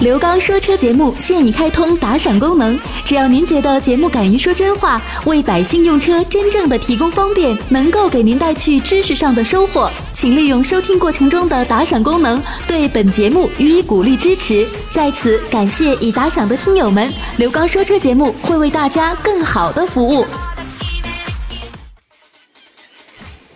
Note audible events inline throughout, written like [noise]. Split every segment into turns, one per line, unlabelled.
刘刚说车节目现已开通打赏功能，只要您觉得节目敢于说真话，为百姓用车真正的提供方便，能够给您带去知识上的收获，请利用收听过程中的打赏功能对本节目予以鼓励支持。在此感谢已打赏的听友们，刘刚说车节目会为大家更好的服务。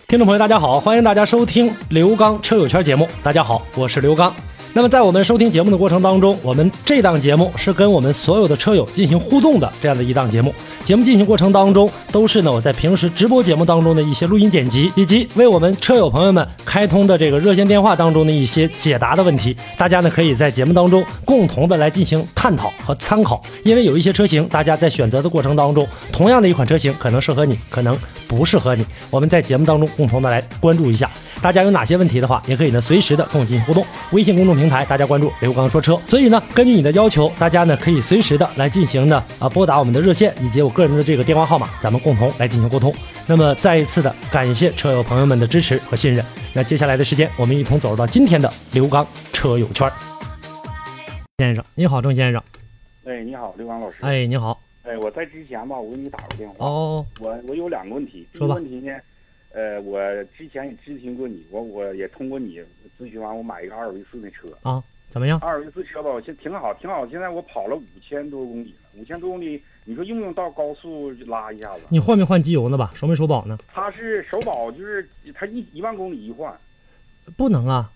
听众朋友，大家好，欢迎大家收听刘刚车友圈节目。大家好，我是刘刚。那么在我们收听节目的过程当中，我们这档节目是跟我们所有的车友进行互动的这样的一档节目。节目进行过程当中，都是呢我在平时直播节目当中的一些录音剪辑，以及为我们车友朋友们开通的这个热线电话当中的一些解答的问题。大家呢可以在节目当中共同的来进行探讨和参考，因为有一些车型大家在选择的过程当中，同样的一款车型可能适合你，可能不适合你。我们在节目当中共同的来关注一下。大家有哪些问题的话，也可以呢随时的跟我进行互动。微信公众平台大家关注“刘刚说车”，所以呢，根据你的要求，大家呢可以随时的来进行呢啊拨打我们的热线以及我个人的这个电话号码，咱们共同来进行沟通。那么再一次的感谢车友朋友们的支持和信任。那接下来的时间，我们一同走入到今天的刘刚车友圈。先生，你好，郑先生。
哎，你好，刘刚老师。
哎，你好。
哎，我在之前吧，我给你打过电话。
哦，
我我有两个问题。第一
说
个
吧
问题呢，呃，我之前也咨询过你，我我也通过你咨询完，我买一个二维四的车。
啊怎么样？
二维四车吧，我现挺好，挺好。现在我跑了五千多公里了，五千多公里，你说用不用到高速拉一下子？
你换没换机油呢吧？熟没熟保呢？
它是首保，就是它一一万公里一换，
不能啊，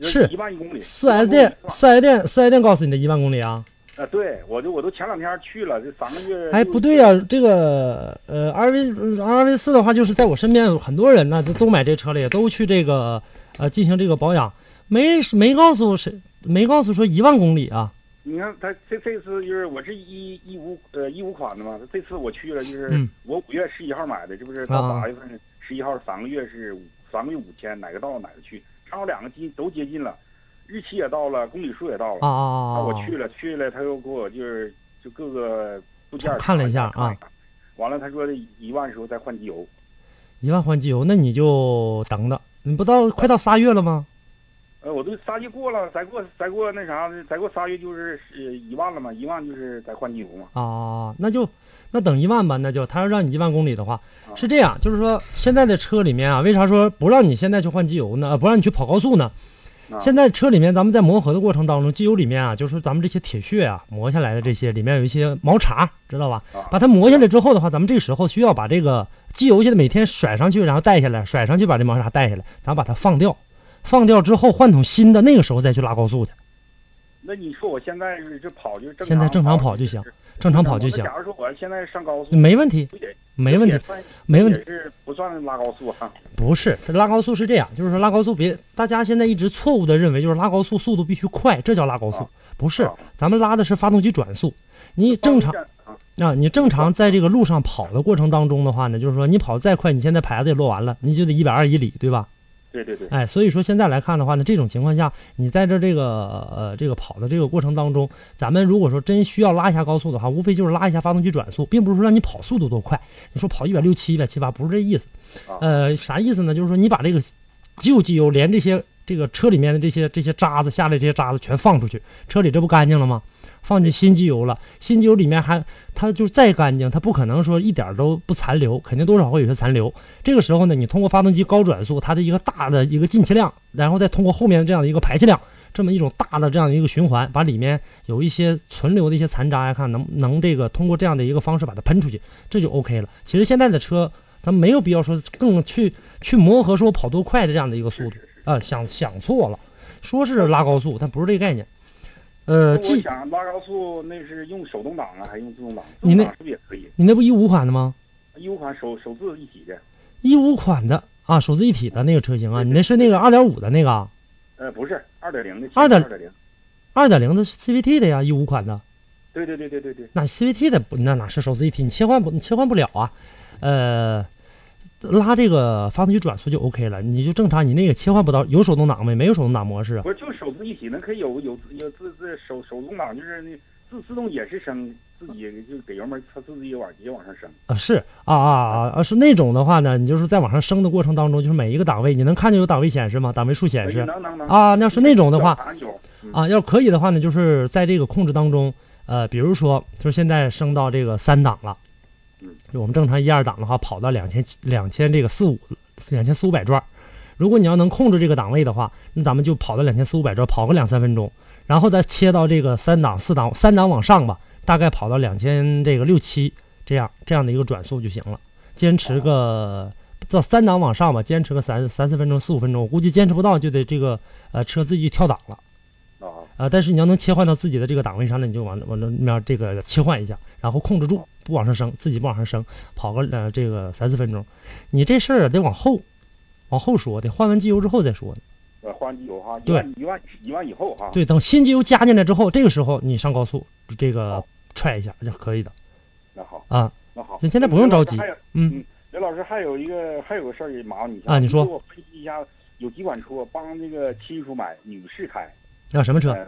是
一万一公里。
四 S
一万公里
店
一，换
四 S 店，四 S 店告诉你的一万公里啊。
啊，对，我就我都前两天去了，这三个月。
哎，不对呀、这个呃，RV RV 四的话，就是在我身边有很多人呢，都都买这车了，也都去这个呃进行这个保养，没没告诉谁，没告诉说一万公里啊。
你看他这这次就是我是一一五呃一五款的嘛，这次我去了就是
嗯
我五月十一号买的，这不是到
啊
八月份十一号三个月是五三个月五千，哪个到哪个去，正好两个金都接近了，日期也到了，公里数也到了，
啊
啊
啊啊！
我去了去了，他又给我就是就各个部件
看了一下啊
看了一下，完了他说的一万时候再换机油，
一万换机油，那你就等等，你不到快到仨月了吗？
呃我都仨月过了，再过再过那啥，再过仨月就是呃一万了嘛，一万就是再换机油嘛，
啊，那就那等一万吧，那就他要让你一万公里的话，
啊
是这样，就是说现在的车里面啊，为啥说不让你现在去换机油呢？呃不让你去跑高速呢？
啊
现在车里面咱们在磨合的过程当中，机油里面啊，就是咱们这些铁屑啊磨下来的这些里面有一些毛茬，知道吧
啊？
把它磨下来之后的话，咱们这个时候需要把这个机油现在每天甩上去，然后带下来，甩上去把这毛茬带下来，咱把它放掉，放掉之后换桶新的，那个时候再去拉高速去，
那你说我现在是这跑就是正常，
现在正常跑就行，正常跑就行
那，假如说我现在上高速，
没问题，
不也
没问题
也。算
没问题
也，是不算拉高速啊。
不是，这拉高速是这样，就是说拉高速别，大家现在一直错误的认为就是拉高速速度必须快，这叫拉高速
啊，
不是
啊，
咱们拉的是发动机转速。你正常
啊，
啊，你正常在这个路上跑的过程当中的话呢，就是说你跑再快，你现在牌子也落完了，你就得一百二一里，对吧？
对对对，
哎，所以说现在来看的话呢，这种情况下，你在这这个呃这个跑的这个过程当中，咱们如果说真需要拉一下高速的话，无非就是拉一下发动机转速，并不是说让你跑速度多快。你说跑一百六七、一百七八，不是这意思。呃，啥意思呢？就是说你把这个旧机油连这些这个车里面的这些这些渣子下来，这些渣子全放出去，车里这不干净了吗？放进新机油了，新机油里面还它就再干净，它不可能说一点儿都不残留，肯定多少会有些残留。这个时候呢，你通过发动机高转速，它的一个大的一个进气量，然后再通过后面的这样的一个排气量，这么一种大的这样的一个循环，把里面有一些存留的一些残渣呀，看能能这个通过这样的一个方式把它喷出去，这就 OK 了。其实现在的车，咱们没有必要说更去去磨合说跑多快的这样的一个速度啊、想想错了，说是拉高速，但不是这个概念。呃，
我
既
想拉高速那是用手动挡啊，还是用自动挡？自
你那
动挡是不是也可以？
你那不一五款的吗？
一五款手手自一体的，
一五款的啊，手自一体的那个车型啊，你那是那个二点五的那个啊。
呃，不是二点零的，
2.0
二点零。
二点零的是 CVT 的呀，一五款的，
对对对对对对，
那 CVT 的不那哪是手自一体，你切换不你切换不了啊，呃，拉这个发动机转速就 OK 了，你就正常，你那个切换不到，有手动挡没？没有手动挡模式啊，
不是就手自一体那可以有有有自自手手动挡，就是那自自动也是升，自己就给油门，它自己也往也往上升。
呃是啊啊啊啊，是那种的话呢，你就是在往上升的过程当中，就是每一个档位你能看见有档位显示吗？档位数显
哎
示
能能能。
啊，那要是那种的话，
小按钮，
啊，要是可以的话呢，就是在这个控制当中，呃，比如说就是现在升到这个三档了
嗯，
就我们正常一二档的话，跑到两千两千这个四五两千四五百转儿，如果你要能控制这个档位的话，那咱们就跑到两千四五百转儿，跑个两三分钟，然后再切到这个三档四档三档往上吧，大概跑到两千这个六七这样这样的一个转速就行了，坚持个到三档往上吧，坚持个三三四分钟四五分钟，我估计坚持不到就得这个呃车自己跳档了。
啊，
啊，但是你要能切换到自己的这个档位上，那你就往往那面这个切换一下，然后控制住，不往上升，自己不往上升，跑个呃这个三四分钟。你这事儿啊得往后，往后说，得换完机油之后再说。
呃，换机油哈，一
对
万一万一万以后哈，
对，等新机油加进来之后，这个时候你上高速这个踹一下就可以的
那好，
啊。
那好，
行现在不用着急
刘老师还有
嗯，
刘老师还有一个还有个事儿也麻烦你一下
啊你说
给我分析一下，有几款车帮那个亲属买，女士开，
那、什么车？
呃，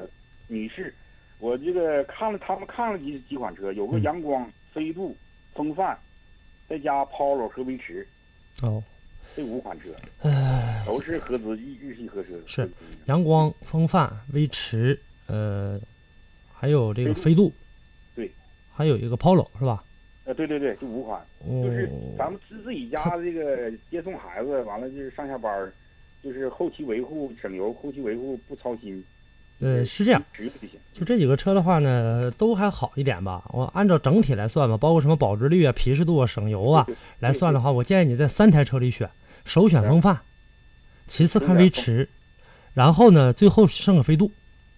女士，我这个看了他们看了几几款车，有个
嗯
阳光、飞度、风范，再加 Polo 和威驰
哦，
这五款车，都是合资日日系合资，
是
合资
阳光、风范、威驰，呃，还有这个飞度，
对，
还有一个 Polo 是吧？
呃，对对对，这五款。
哦
就是咱们自自己家这个接送孩子，完了就是上下班儿，就是后期维护省油，后期维护不操心。
呃是这样，
直就行。
就这几个车的话呢，都还好一点吧。我按照整体来算吧，包括什么保值率啊、皮实度啊、省油啊
对对
来算的话，我建议你在三台车里选，首选风范，其次看威驰，然后呢，最后剩个飞度，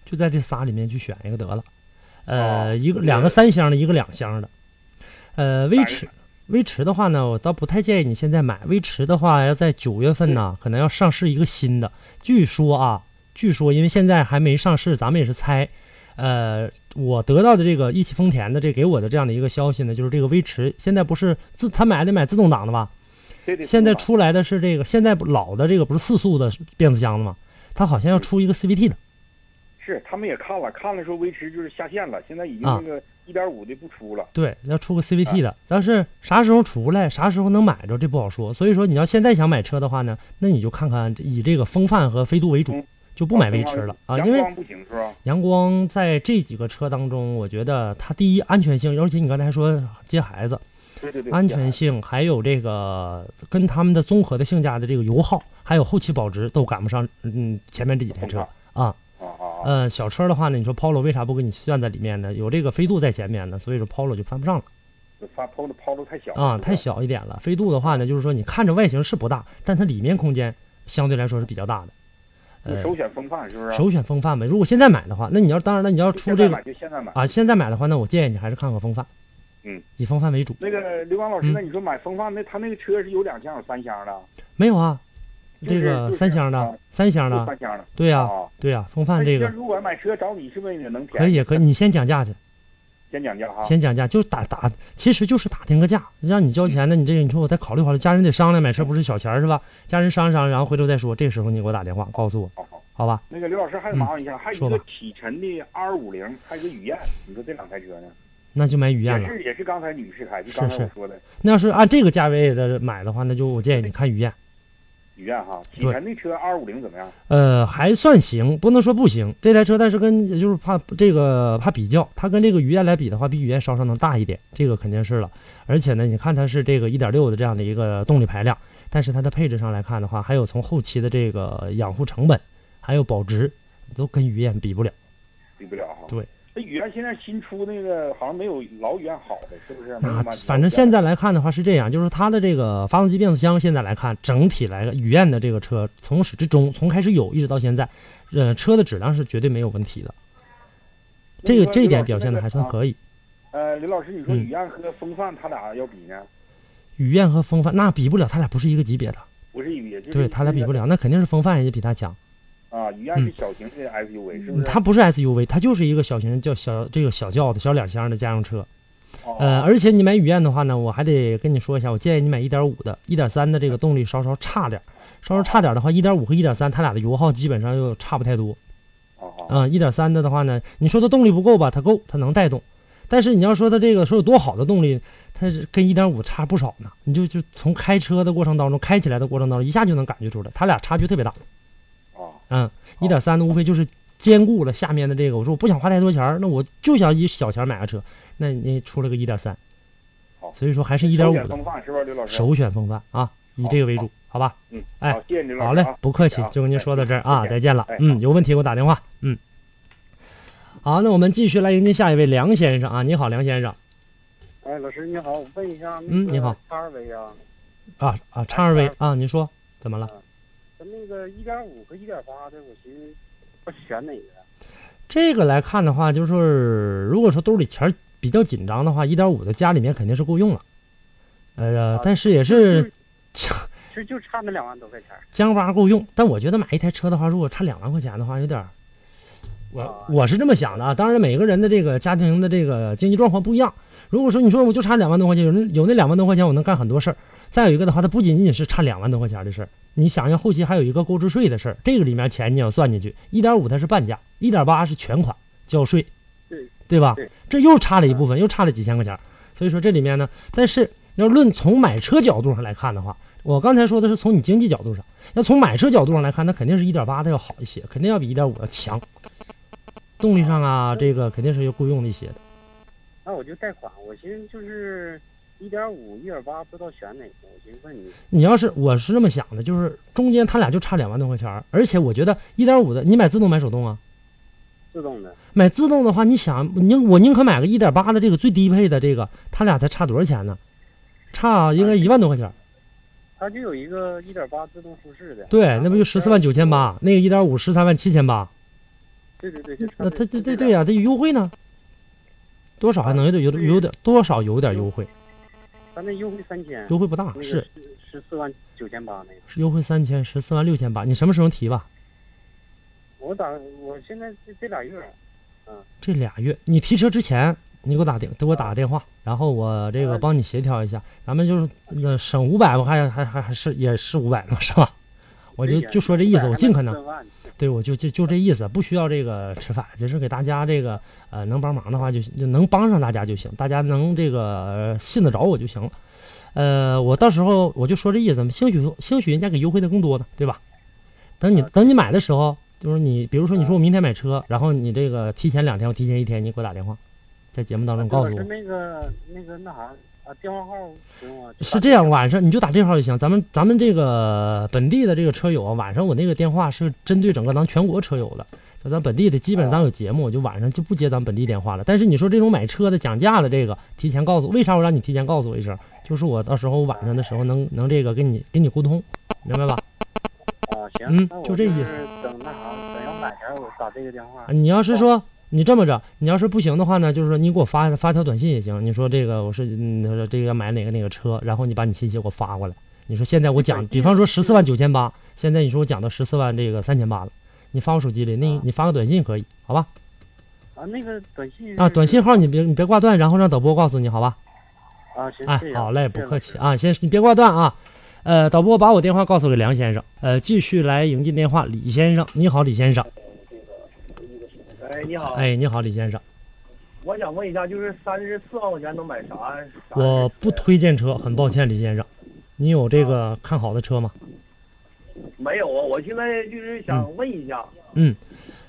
就在这仨里面去选一个得了。呃，
哦
一个
对
两个三厢的，一个两厢的。呃，威
反
驰
正，
威驰的话呢，我倒不太建议你现在买。威驰的话，要在九月份呢，可能要上市一个新的。据说啊，据说因为现在还没上市，咱们也是猜。呃，我得到的这个一汽丰田的这给我的这样的一个消息呢，就是这个威驰现在不是自他买的买自动挡的吧？
这得
现在
出
出来的是这个，现在老的这个不是四速的变速箱了吗？它好像要出一个 CVT 的。
是他们也看了，看了说维持就是下线了，现在已经
啊
那个一点五的不出了。
对，要出个 CVT
啊
的，但是啥时候出来，啥时候能买着，这不好说。所以说，你要现在想买车的话呢，那你就看看以这个风范和飞度为主
嗯，
就不买威驰了啊，
阳
因为
光不行是吧？
阳光在这几个车当中，我觉得它第一安全性，而且你刚才还说接孩子，
对对对，
安全性还有这个跟他们的综合的性价比的这个油耗，还有后期保值都赶不上，嗯，前面这几台车啊。
啊啊啊！
呃，小车的话呢，你说 Polo 为啥不给你算在里面呢？有这个飞度在前面呢，所以说 Polo 就犯不上了。
发抛的抛的太小了
呃啊，太。小一点了。飞度的话呢，就是说你看着外形是不大，但它里面空间相对来说是比较大的。
是
呃
吧你，首选风范是不是？
首选风范呗。如果现在买的话，那你要当然了，你要
就
出
现在
这个
买就现在买。
啊，现在买的话，那我建议你还是看看风范，
嗯，
以风范为主。
那个刘刚老师
嗯，
那你说买风范，那他那个车是有两厢有三厢的，
没有啊，
就
这
是
个
就是
三厢
啊
的，三厢
有
的，
三厢的。
对呀、
啊，
对呀、风范
那
这
你
个
如果买车找你是不是也能
可
便宜？啊
以可以，你先讲价去，
先讲价哈。
先讲价，就打打，其实就是打听个价，让你交钱的，你这个你说我再考虑考虑，家人得商量，买车不是小钱儿是吧？家人商量商量，然后回头再说，这时候你给我打电话告诉我，
好好，
好吧？
那个刘老师还麻烦一下，还有
嗯说
一个
吧
启辰的 R 五零，还有一个雨燕，你说这两台车呢？
那就买雨燕
也
了。
是也是刚才女士开，就刚才
是是
我说的
那要是按这个价位的买的话，那就我建议你看雨燕，
雨燕哈。启
对
辰那车 R 五零怎么样？
呃，还算行，不能说不行。这台车，但是跟就是怕这个怕比较，它跟这个雨燕来比的话，比雨燕稍稍能大一点，这个肯定是了。而且呢，你看它是这个1.6的这样的一个动力排量，但是它的配置上来看的话，还有从后期的这个养护成本，还有保值，都跟雨燕比不了。
比不了哈。
对。
那雨燕现在新出那个好像没有老雨燕好的，是不是？没有
那
买
啊反正现在来看的话是这样，就是它的这个发动机变速箱现在来看，整体来雨燕的这个车从始至终，从开始有一直到现在，呃，车的质量是绝对没有问题的，
那
这
你
个
说
这一
刘
点
老师
表现的
那个
还算
啊
可以。
呃，刘老师，你说
嗯
雨燕和风范它俩要比呢？
雨燕和风范那比不了，它俩不是一个级别的，
不是雨，就是
对，它俩比不
了
了，嗯那肯定是风范人家比它强。
啊。雨燕是小型的 SUV，是不是？
它不是 SUV，它就是一个小型叫小这个小轿子、小两厢的家用车。
哦
呃，而且你买雨燕的话呢，我还得跟你说一下，我建议你买1.5的，1.3的
嗯
这个动力稍稍差点儿，稍
哦
稍差点儿的话，1.5和1.3它俩的油耗基本上又差不太多。
哦哦
啊、1.3的的话呢，你说它动力不够吧，它够，它能带动，但是你要说它这个说有多好的动力，它是跟1.5差不少呢。你就就从开车的过程当中，开起来的过程当中，一下就能感觉出来，它俩差距特别大。
哦
嗯，1.3的无非就是兼顾了下面的这个，我说我不想花太多钱儿，那我就想以小钱买个车，那你出了个一点三
好，
所以说还是一点
首
五
选
的
风范是吧，刘老师？
首选风范啊，以这个为主，好吧？
嗯，
哎
好，谢谢您老师。
好嘞
啊，
不客气
啊，
就跟您说到这儿啊，
哎
再见了
哎。
嗯，有问题给我打电话。嗯，好，那我们继续来迎接下一位梁先生啊，你好，梁先生
哎，老师你好，我问一下，
嗯你好，
叉二维啊，
啊啊，叉二
哎
位啊，您说怎么了？
咱那个一点五和一点八的，我寻思我选哪个？啊
这个来看的话，就是如果说兜里钱儿比较紧张的话，一点五的家里面肯定是够用了，呃
啊，
但是也 [laughs] 是
其实就差那两万多块钱儿。
将巴够用。但我觉得买一台车的话，如果差两万块钱的话，有点儿，我
啊
我是这么想的啊。当然，每个人的这个家庭的这个经济状况不一样。如果说你说我就差两万多块钱，有那有那两万多块钱，我能干很多事儿。再有一个的话，它不仅仅是差两万多块钱的事儿，你想想后期还有一个购置税的事儿，这个里面钱你要算进去。一点五它是半价，一点八是全款交税，
对
对吧
对？嗯
这又差了一部分，又差了几千块钱儿。所以说这里面呢，但是要论从买车角度上来看的话，我刚才说的是从你经济角度上，要从买车角度上来看，那肯定是一点八的要好一些，肯定要比一点五要强。动力上啊，这个肯定是要够用一些的。
那我就贷款，我寻思就是一点五、一点八，不知道选哪个。我寻思问你，
你要是我是这么想的，就是中间它俩就差两万多块钱儿，而且我觉得一点五的，你买自动买手动啊？
自动的
买自动的话，你想宁我宁可买个一点八的这个最低配的这个，它俩才差多少钱呢？差应该一万多块钱儿。
它就有一个一点八自动舒适的。
对，那不就十四万九千八？那个一点五十三万七千八，
对对对，就差
那它这
就
这
这
对呀、它有优惠呢，多少还能有点有点有点多少有点优惠，
咱那优惠三千，
优惠不大
那，个
是
十四万九千八那个。
是优惠三千十四万六千八，你什么时候提吧？
我打，我现在这这俩月，
这俩月你提车之前，你给我打电，给我打个电话，然后我这个帮你协调一下，咱们就是呃省五百吧，还还还还是也是五百嘛，是吧？我就就说这意思，我尽可能
四万。
对，我就就就这意思，不需要这个吃饭，就是给大家这个呃能帮忙的话就行就能帮上大家就行，大家能这个、呃信得着我就行了。呃，我到时候我就说这意思，兴许兴许人家给优惠的更多呢，对吧？等你等你买的时候，就是你比如说你说我明天买车，然后你这个提前两天，我提前一天，你给我打电话，在节目当
呃
中告诉
是
我。
那个那个那啥啊，电话号不用啊。
是这样，晚上你就打这号就行。咱们咱们这个本地的这个车友啊，晚上我那个电话是针对整个咱全国车友的，就咱本地的基本上有节目，我就晚上就不接咱本地电话了。但是你说这种买车的讲价的这个，提前告诉我，为啥我让你提前告诉我一声？就是我到时候晚上的时候能能这个跟你跟你沟通，明白吧？
啊，行，
嗯
那我
就这意思
思。等那啥，等要买前我打这个电话
啊，。你要
哦
是说你这么着，你要是不行的话呢，就是说你给我发发条短信也行。你说这个我是嗯这个买哪个哪个车，然后你把你信息给我发过来。你说现在我讲，比方说
嗯
十四万九千八，现在你说我讲到十四万这个三千八了，你发我手机里，那
啊
你发个短信可以，好吧？
啊，那个短信
啊，
是
短信号你别你别挂断，然后让导播告诉你，好吧？
啊，行，
哎
谢，谢啊
好嘞，
谢
不
谢
客
老
气
师
啊，先你别挂断啊。呃，导播把我电话告诉给梁先生，呃，继续来迎进电话，李先生，你好，李先生，
哎，你好，
哎，你好，李先生，
我想问一下，就是三十四万块钱能买啥？啥
我不推荐车，很抱歉，李先生，你有这
啊
个看好的车吗？
没有啊，我现在就是
嗯
想问一下，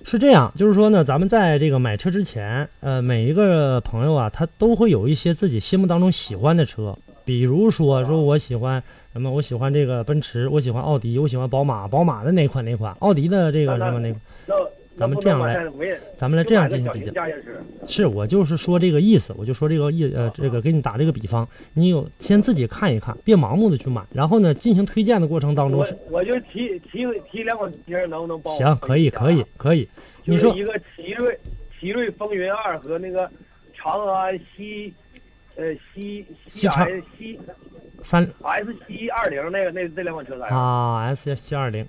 是这样，就是说呢，咱们在这个买车之前，呃，每一个朋友啊，他都会有一些自己心目当中喜欢的车，比如
啊
说说我喜欢什么，我喜欢这个奔驰，我喜欢奥迪，我喜欢宝马，宝马的哪款哪款，奥迪的这个什么哪款，
那
咱们这样来，
那不能买我也
咱们来这样进行比较
就买个小型。家用车
是我就是说这个意思，我就说这个意呃，这个给你打这个比方，你有先自己看一看，别盲目的去买，然后呢，进行推荐的过程当中
我
是，
我就提提提两款车，能不能帮我？
行，可以，可以，，
啊
可以，你
就是
说
一个奇瑞奇瑞风云二和那个长安西呃西
西
西
长
S 西
三
S 七二零那个那那两款车咋样？
啊，S 七二零，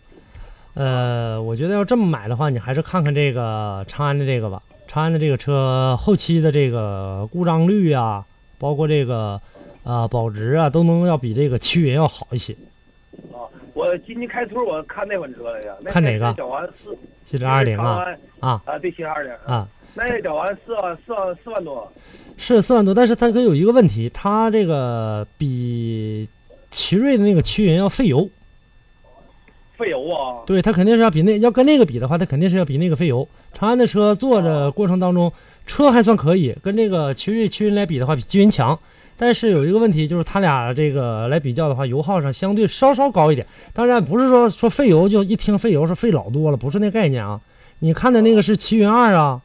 呃，我觉得要这么买的话，你还是看看这个长安的这个吧。长安的这个车后期的这个故障率啊，包括这个呃保值啊，都能要比这个七云要好一些。
啊，我今天开春我看那款车来着，那
看哪个
那小王四
七零二零啊，啊
啊啊，对，七零二零
啊，
那也找完四万四万四万多，
是四万多，但是它可有一个问题，它这个比奇瑞的那个七云要费油。
费油啊。
对，它肯定是要比那要跟那个比的话，它肯定是要比那个费油。长安的车坐着过程当中，车还算可以，跟这个奇瑞奇云来比的话，比奇云强。但是有一个问题就是，它俩这个来比较的话，油耗上相对稍稍高一点。当然不是说说费油就一听费油是费老多了，不是那概念啊。你看的那个是奇云二啊，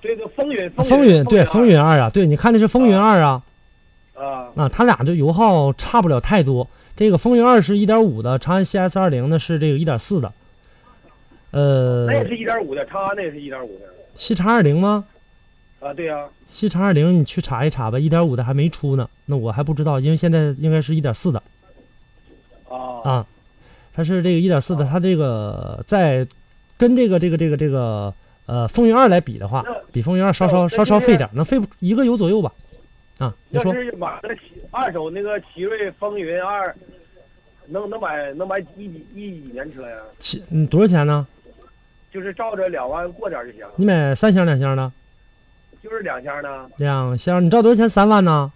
这个风云，
风云对风
云
云二啊，对，你看的是风云二啊，
啊，
啊，它俩这油耗差不了太多。这个风云二是一点五的，长安 CS 二零呢是这个一点四的，呃
那，
哎
也是一点五的，长安那也是一点五的
西叉二零吗？
啊，对呀、
西叉二零，你去查一查吧，一点五的还没出呢，那我还不知道，因为现在应该是一点四的，
啊，
啊它是这个一点四的，它这个在跟这个这个这个这个呃风云二来比的话
那，
比风云二稍
那
稍
我
稍稍费点，能费一个油左右吧，啊，你
要
说
是买个奇二手那个奇瑞风云二，能能买能买一几一几年车呀？
七嗯多少钱呢？
就是照着两万过点儿就行，
你买三箱两箱的，
就是两厢呢，
两箱你知道多少钱？三万呢？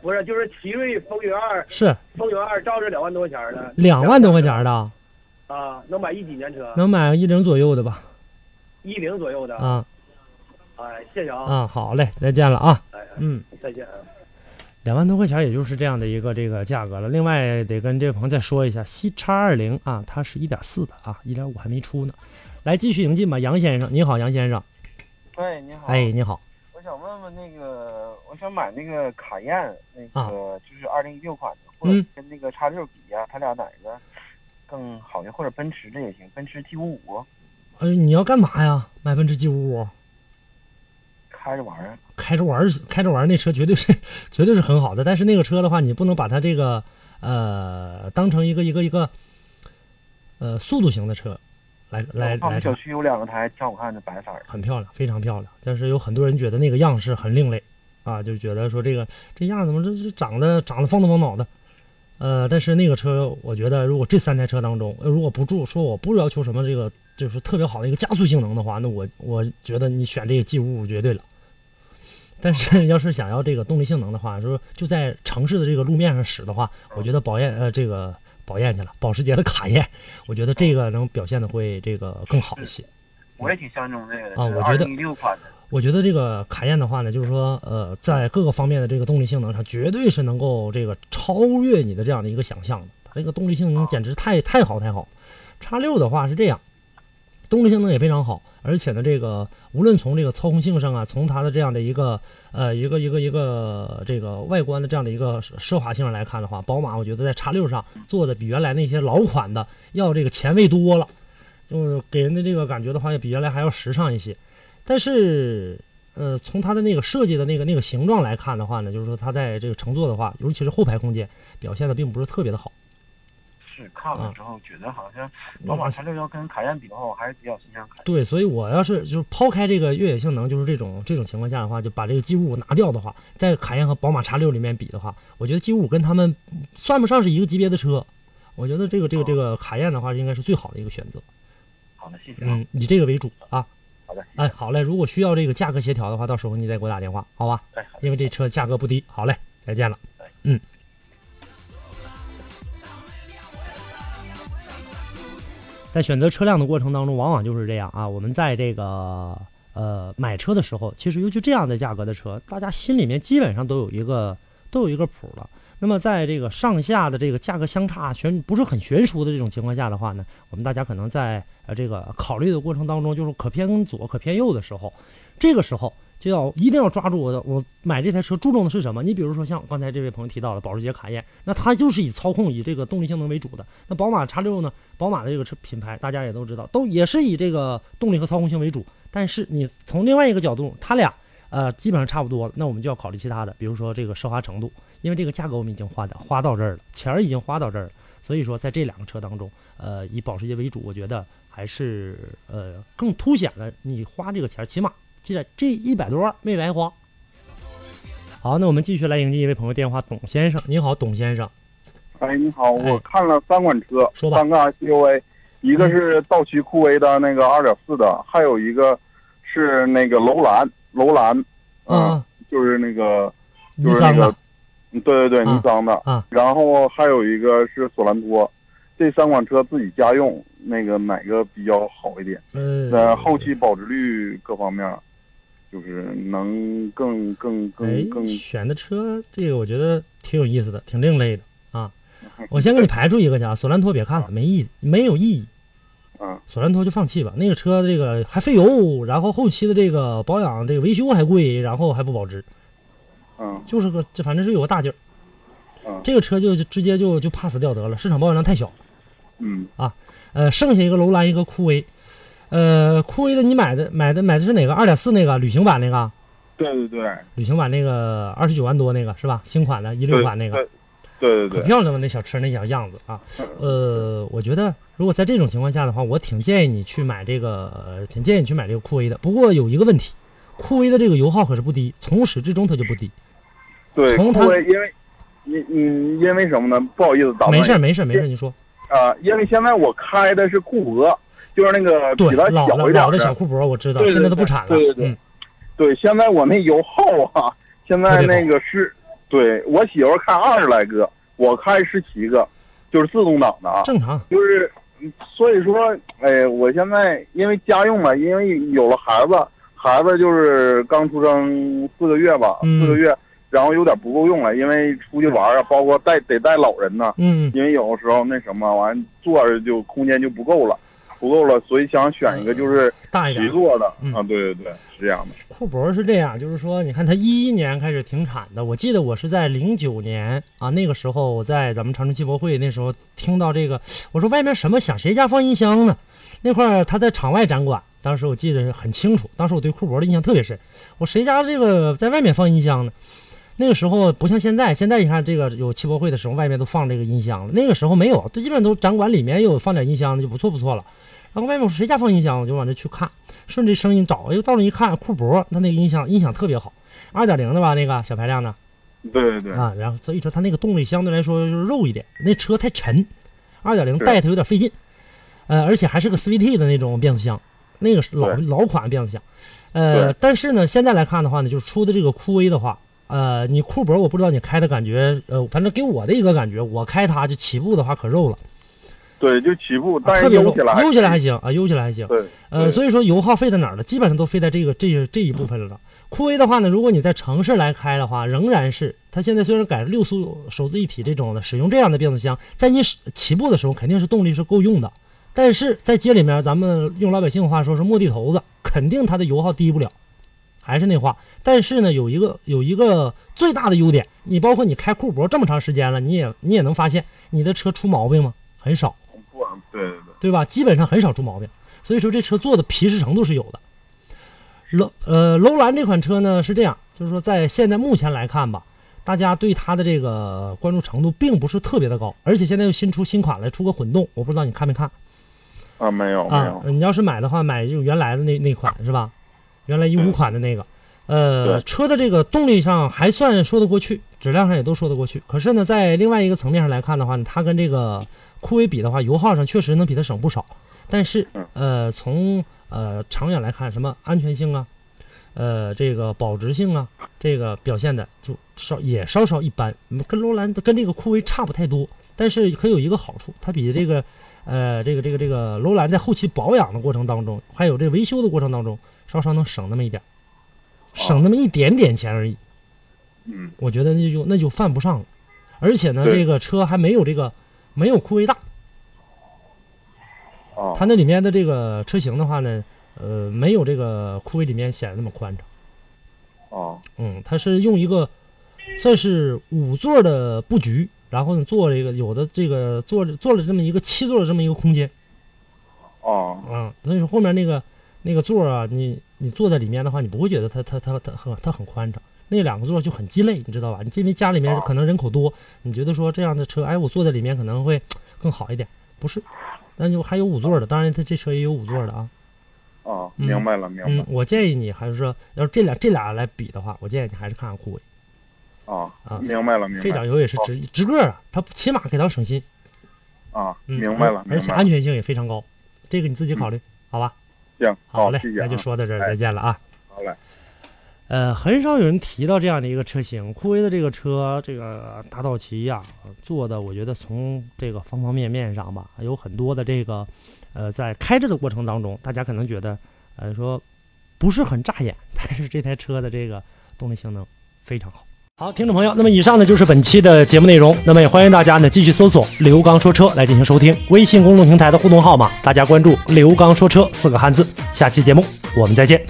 不是就是奇瑞风云二，
是
风云二照着两万多块钱呢，
两万多块钱的，
啊，能买一几年车，
能买一零左右的吧？
一零左右的，
啊
哎，谢谢啊，
啊，好嘞，再见了啊，
哎，哎
嗯。
再见啊。
两万多块钱，也就是这样的一个这个价格了。另外得跟这位朋友再说一下，西叉二零啊，它是一点四的啊，一点五还没出呢。来继续迎进吧，杨先生，你好，杨先生，
喂，你好。
哎，，你好，
我想问问那个，我想买那个卡宴，那个就是二零一六款的，或
啊嗯
者跟那个叉六比呀、它俩哪个更好一点？或者奔驰的也行，奔驰 T 五五
哎，你要干嘛呀？买奔驰 G 五五，
开着玩儿啊。
开着玩儿，开着玩儿，那车绝对是 [laughs] 绝对是很好的。但是那个车的话，你不能把它这个呃当成一个一个一个呃速度型的车来来
我看我
哦
来
们
看
小，区有两个台挺好看的白色儿的，
很漂亮，非常漂亮。但是有很多人觉得那个样式很另类，啊，就觉得说这个这样怎么这这长得长得方头方脑的，呃，但是那个车，我觉得如果这三台车当中，呃如果不住说我不要求什么这个就是特别好的一个加速性能的话，那我我觉得你选这个 G 五五绝对了。但是要是想要这个动力性能的话，说就在城市的这个路面上使的话，我觉得宝燕呃这个宝燕去了，保时捷的卡宴，我觉得这个能表现的会这个更好一些。
我也挺相中这个的，
啊
就是
我觉
二
得
零一六款的。
我觉得这个卡宴的话呢，就是说，呃，在各个方面的这个动力性能上，绝对是能够这个超越你的这样的一个想象的。它这个动力性能简直太太好太好了。叉六的话是这样，动力性能也非常好，而且呢，这个无论从这个操控性上啊，从它的这样的一个呃一个一个一个呃这个外观的这样的一个奢华性上来看的话，宝马我觉得在叉六上做的比原来那些老款的要这个前卫多了，就是给人的这个感觉的话，也比原来还要时尚一些。但是，呃，从它的那个设计的那个那个形状来看的话呢，就是说它在这个乘坐的话，尤其是后排空间表现的并不是特别的好。
是看
啊
了之后觉得好像
嗯
宝马叉六要跟卡宴比的话，我还是比较欣赏卡宴。
对，所以我要是就是抛开这个越野性能，就是这种这种情况下的话，就把这个 G 五拿掉的话，在卡宴和宝马 X 六里面比的话，我觉得 G 五跟他们算不上是一个级别的车。我觉得这个这个这个卡宴的话，应该是最好的一个选择。
好的，谢谢啊。
嗯，以这个为主啊。
好的，
哎，好嘞，如果需要这个价格协调的话，到时候你再给我打电话，好吧？
哎，好的
因为这车价格不低。好嘞，再见了
哎。
嗯。在选择车辆的过程当中，往往就是这样啊。我们在这个呃买车的时候，其实尤其这样的价格的车，大家心里面基本上都有一个都有一个谱了。那么在这个上下的这个价格相差悬不是很悬殊的这种情况下的话呢，我们大家可能在呃这个考虑的过程当中，就是可偏左可偏右的时候，这个时候就要一定要抓住我的，我买这台车注重的是什么？你比如说像刚才这位朋友提到的保时捷卡宴，那它就是以操控、以这个动力性能为主的。那宝马 X 六呢？宝马的这个车品牌大家也都知道，都也是以这个动力和操控性为主。但是你从另外一个角度，它俩呃基本上差不多了，那我们就要考虑其他的，比如说这个奢华程度，因为这个价格我们已经花的花到这儿了，钱儿已经花到这儿了，所以说在这两个车当中，呃，以保时捷为主，我觉得还是呃更凸显了你花这个钱儿，起码这这一百多万没白花。好，那我们继续来迎接一位朋友电话，董先生，你好，董先生，
哎，你好，
哎
我看了三款车，
说吧嗯
三个 SUV，一个是道奇酷威的那个2.4的，还有一个是那个楼兰，楼兰，嗯，
啊，
就是那个，
尼
就是那
桑的
个，嗯对对对，
啊
尼桑的
啊
然后还有一个是索兰托，这三款车自己家用，那个哪个比较好一点？
嗯，
在后期保值率各方面，就是能更更
哎
更更，
选的车这个我觉得挺有意思的，挺另类的
[laughs]
啊。我先给你排除一个去啊，索兰托别看了，没意义，没有意义。
嗯，
索兰托就放弃吧，那个车这个还费油，然后后期的这个保养、这个维修还贵，然后还不保值，哎
嗯
就是个这反正是有个大劲儿。
嗯
这个车就就直接就就 pass 掉得了，市场保有量太小。
嗯，
呃，剩下一个楼兰，一个酷威。呃，酷威的你买的买的买的是哪个？二点四那个旅行版那个，
对对对
旅行版那个二十九万多那个是吧？新款的，一六
对
款那个。
对对
可
对，
漂亮了，那小车那小样子啊。呃，我觉得如果在这种情况下的话，我挺建议你去买这个，呃挺建议你去买这个酷威的。不过有一个问题，酷威的这个油耗可是不低，从始至终它就不低。
对，
从它
酷威因为。因嗯，因为什么呢？不好意思，打断
没
一
事
下
儿，没事儿，没事儿，你说。
啊、因为现在我开的是酷博，就是那个
对，
比它
老
小
的老
一点
的
的。
小库珀我知道，
对对
现在都不
对
产了。
对对对
嗯，
对，现在我那油耗啊，现在那个是，对我媳妇儿开二十来个，我开十七个，就是自动挡的啊，
正常。
就是，嗯所以说，哎，我现在因为家用嘛，因为有了孩子，孩子就是刚出生四个月吧，
嗯
四个月，然后有点不够用了，因为出去玩儿啊，包括带得带老人呢，
嗯，
因为有的时候那什么完坐着就空间就不够了，不够了，所以想选一个就是
大一点
局
儿。
座的、
嗯
啊，对对对，是这样的，
库珀是这样，就是说，你看它一一年开始停产的，我记得我是在零九年啊，那个时候我在咱们长春汽博会，那时候听到这个，我说外面什么响，谁家放音箱呢？那块儿他在场外展馆，当时我记得很清楚，当时我对库珀的印象特别深，我谁家这个在外面放音箱呢？那个时候不像现在，现在你看这个有汽博会的时候，外面都放这个音箱了。那个时候没有，都基本上都展馆里面有放点音箱的，就不错不错了。然后外面我说谁家放音箱，我就往这去看，顺着声音找，哎呦，到那一看，库珀它那个音响音响特别好，二点零的吧，那个小排量的
对对对，
啊。然后所以说它那个动力相对来说就是肉一点，那车太沉，二点零
对
带它有点费劲，呃，而且还是个 CVT 的那种变速箱，那个是老
对
老款变速箱。呃
对，
但是呢，现在来看的话呢，就是出的这个酷威的话，呃，你库珀我不知道你开的感觉，呃，反正给我的一个感觉，我开它就起步的话可肉了，
对，就起步，但
啊特
是
别
悠
肉
起来，，
悠起来还行啊，悠起来还行。
对，
呃，
对
所以说油耗费在哪儿了？基本上都费在这个这这一部分了。酷威的话呢，如果你在城市来开的话，仍然是它现在虽然改了六速手自一体这种的，使用这样的变速箱，在你使起步的时候肯定是动力是够用的，但是在街里面，咱们用老百姓话说是摸地头子，肯定它的油耗低不了。还是那话，但是呢，有一个有一个最大的优点，你包括你开库珀这么长时间了，你也你也能发现你的车出毛病吗？很少。
不，啊对对对，
对吧？基本上很少出毛病，所以说这车做的皮实程度是有的。楼呃，楼兰这款车呢是这样，就是说在现在目前来看吧，大家对它的这个关注程度并不是特别的高，而且现在又新出新款了，出个混动，我不知道你看没看
啊，没有没
啊
有？，
你要是买的话，买就原来的那那款是吧？原来一五
对
款的那个，呃，
对
车的这个动力上还算说得过去，质量上也都说得过去。可是呢，在另外一个层面上来看的话呢，它跟这个酷威比的话，油耗上确实能比它省不少。但是
嗯，
呃，从呃长远来看，什么安全性啊，呃，这个保值性啊，这个表现的就稍也稍稍一般，嗯跟楼兰跟这个酷威差不太多。但是可有一个好处，它比这个呃这个这个这个楼兰在后期保养的过程当中，还有这维修的过程当中，稍稍能省那么一点儿，省那么一点点钱而已。
嗯，
我觉得那就那就犯不上了。而且呢，
对
这个车还没有这个没有酷威大，
啊，
它那里面的这个车型的话呢，呃，没有这个酷威里面显得那么宽敞。
啊，
嗯，它是用一个算是五座的布局，然后呢做了一个有的这个做做了这么一个七座的这么一个空间。
啊，
啊，所以说后面那个那个座儿啊，你你坐在里面的话，你不会觉得它它它它很它很宽敞，那两个座儿就很鸡肋，你知道吧？你因为家里面
啊
可能人口多，你觉得说这样的车，哎，我坐在里面可能会更好一点，不是？那就还有五座儿的，当然它这车也有五座儿的啊。
啊，
嗯
明白了，明
嗯
白，
我建议你还是说，要是这俩这俩来比的话，我建议你还是看看酷威，
啊
啊，
明白哦了，明
这
白
点油也是
好
直直个儿啊，它起码给它省心，
啊，
嗯，
明白了，
而
明
且
白
安
了，嗯
全性也非常高，这个你自己考虑，好吧？
行，
好嘞
谢，谢
那
啊
就，说到这儿，
哎
再见了啊。
好嘞。
呃，很少有人提到这样的一个车型。酷威的这个车，这个大道奇呀、做的我觉得从这个方方面面上吧，有很多的这个，呃，在开着的过程当中，大家可能觉得，呃，说不是很扎眼， [laughs] 但是这台车的这个动力性能非常好。好，听众朋友，那么以上呢就是本期的节目内容。那么也欢迎大家呢继续搜索“刘刚说车”来进行收听。微信公众平台的互动号码，大家关注“刘刚说车”四个汉字。下期节目我们再见。